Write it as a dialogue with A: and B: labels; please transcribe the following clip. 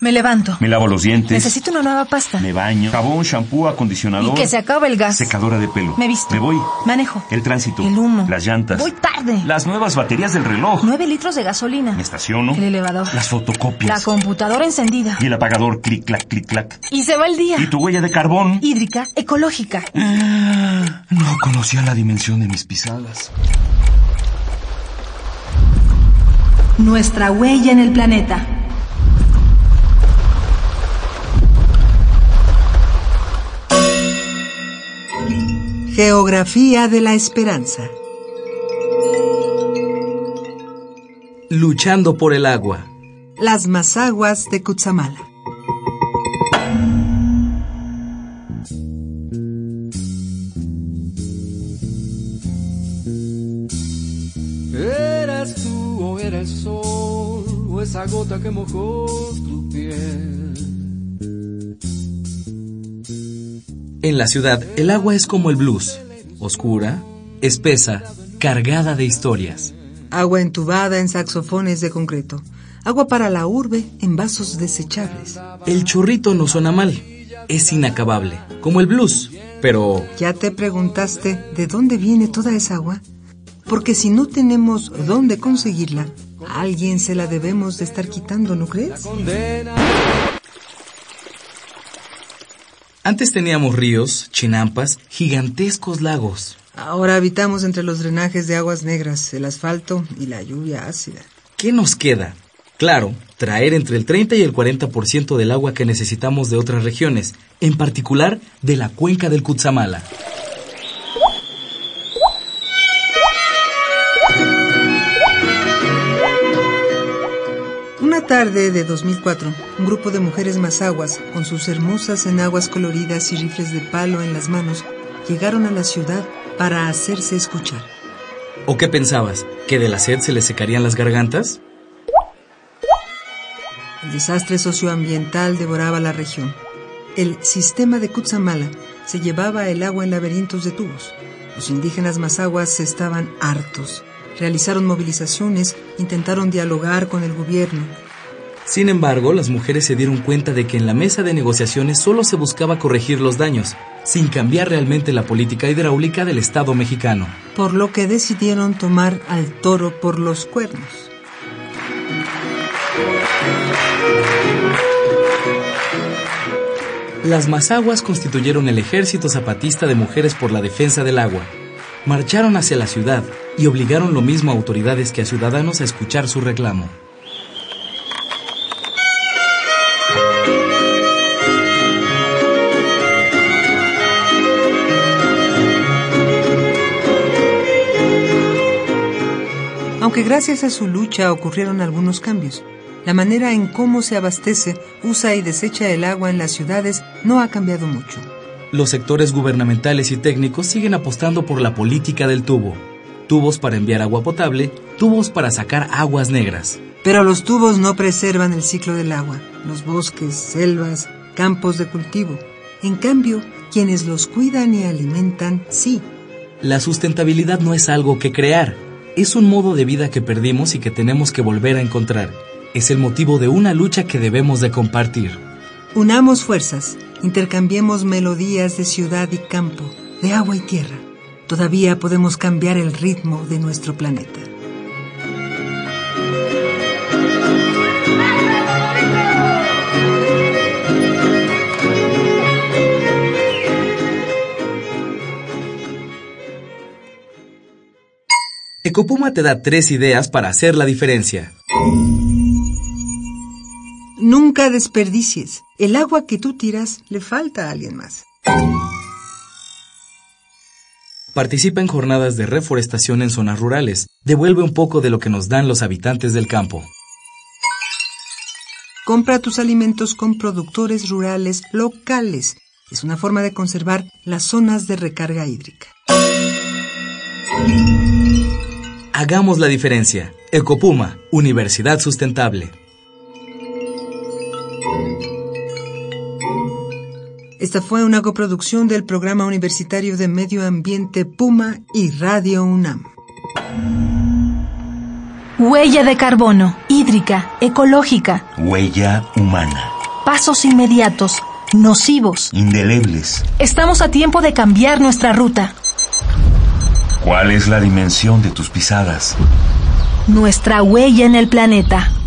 A: Me levanto.
B: Me lavo los dientes.
A: Necesito una nueva pasta.
B: Me baño. Jabón, shampoo, acondicionador.
A: Y que se acabe el gas.
B: Secadora de pelo.
A: Me visto.
B: Me voy.
A: Manejo.
B: El tránsito.
A: El humo.
B: Las llantas.
A: Voy tarde.
B: Las nuevas baterías del reloj.
A: Nueve litros de gasolina.
B: Me estaciono.
A: El elevador.
B: Las
A: La
B: fotocopias.
A: computadora encendida.
B: y el apagador. Clic, clac, clic, clac.
A: Y se va el día.
B: Y tu huella de carbón.
A: Hídrica, ecológica.
B: No conocía la dimensión de mis pisadas.
C: Nuestra huella en el planeta.
D: Geografía de la esperanza.
E: Luchando por el agua.
D: Las mazaguas de Cutzamala.
F: Eras tú o era el sol o esa gota que mojó tu piel.
E: En la ciudad, el agua es como el blues. Oscura, espesa, cargada de historias.
D: Agua entubada en saxofones de concreto. Agua para la urbe en vasos desechables.
E: El chorrito no suena mal. Es inacabable, como el blues. Pero
D: ¿Ya te preguntaste de dónde viene toda esa agua? Porque si no tenemos dónde conseguirla, a alguien se la debemos de estar quitando, ¿no crees?
E: antes teníamos ríos, chinampas, gigantescos lagos.
D: Ahora habitamos entre los drenajes de aguas negras, el asfalto y la lluvia ácida.
E: ¿Qué nos queda? Claro, traer entre el 30 y el 40% del agua que necesitamos de otras regiones, en particular de la cuenca del Cutzamala.
D: Una tarde de 2004, un grupo de mujeres mazaguas, con sus hermosas enaguas coloridas y rifles de palo en las manos, llegaron a la ciudad para hacerse escuchar.
E: ¿O qué pensabas? ¿Que de la sed se les secarían las gargantas?
D: El desastre socioambiental devoraba la región. El sistema de Cutzamala se llevaba el agua en laberintos de tubos. Los indígenas mazaguas estaban hartos. Realizaron movilizaciones, intentaron dialogar con el gobierno,
E: Sin embargo, las mujeres se dieron cuenta de que en la mesa de negociaciones solo se buscaba corregir los daños, sin cambiar realmente la política hidráulica del Estado mexicano.
D: por lo que decidieron tomar al toro por los cuernos.
E: Las mazaguas constituyeron el Ejército Zapatista de Mujeres por la Defensa del Agua. Marcharon hacia la ciudad y obligaron lo mismo a autoridades que a ciudadanos a escuchar su reclamo.
D: Aunque gracias a su lucha ocurrieron algunos cambios, la manera en cómo se abastece, usa y desecha el agua en las ciudades no ha cambiado mucho.
E: Los sectores gubernamentales y técnicos siguen apostando por la política del tubo. Tubos para enviar agua potable, tubos para sacar aguas negras.
D: Pero los tubos no preservan el ciclo del agua, los bosques, selvas, campos de cultivo. En cambio, quienes los cuidan y alimentan, sí.
E: La sustentabilidad no es algo que crear, es un modo de vida que perdimos y que tenemos que volver a encontrar. Es el motivo de una lucha que debemos de compartir.
D: Unamos fuerzas, intercambiemos melodías de ciudad y campo, de agua y tierra. Todavía podemos cambiar el ritmo de nuestro planeta.
E: Ecopuma te da tres ideas para hacer la diferencia.
D: Nunca desperdicies. El agua que tú tiras le falta a alguien más.
E: Participa en jornadas de reforestación en zonas rurales. Devuelve un poco de lo que nos dan los habitantes del campo.
D: Compra tus alimentos con productores rurales locales. Es una forma de conservar las zonas de recarga hídrica.
E: Hagamos la diferencia. Ecopuma, Universidad Sustentable.
D: Esta fue una coproducción del Programa Universitario de Medio Ambiente Puma y Radio UNAM.
A: Huella de carbono. Hídrica, ecológica.
B: Huella humana.
A: pasos inmediatos, nocivos.
B: Indelebles.
A: Estamos a tiempo de cambiar nuestra ruta.
B: ¿Cuál es la dimensión de tus pisadas?
A: Nuestra huella en el planeta.